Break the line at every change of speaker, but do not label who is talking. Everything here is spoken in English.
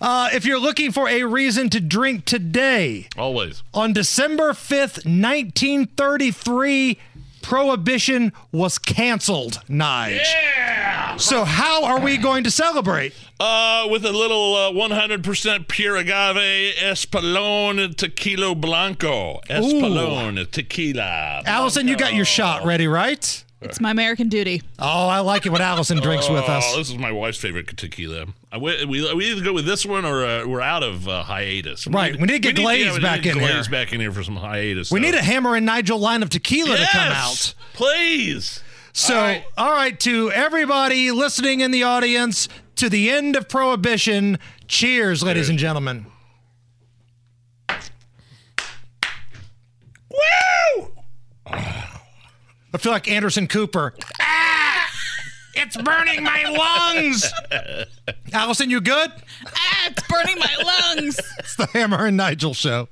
Uh, if you're looking for a reason to drink today,
Always.
on December 5th, 1933, Prohibition was canceled, Nige. So, how are we going to celebrate?
Uh, with a little uh, 100% pure agave Espolón tequila blanco. Espolón tequila.
Allison, you got your shot ready, right?
It's my American duty.
Oh, I like it when Allison drinks with
Oh,
us.
this is my wife's favorite tequila. I, we, we, we either go with this one or uh, we're out of uh, hiatus.
Right, we need to get Glaze
yeah, we
back
need
in
Glaze
here.
back in here for some hiatus.
We
stuff.
need a Hammer and Nigel line of tequila
yes,
to come out.
Please.
So, all
All
right.
right.
to everybody listening in the audience, to the end of Prohibition, cheers, ladies and gentlemen.
Woo!
I feel like Anderson Cooper. Ah! It's burning my lungs. Allison, you good?
Ah, it's burning my lungs.
It's the Hammer and Nigel show.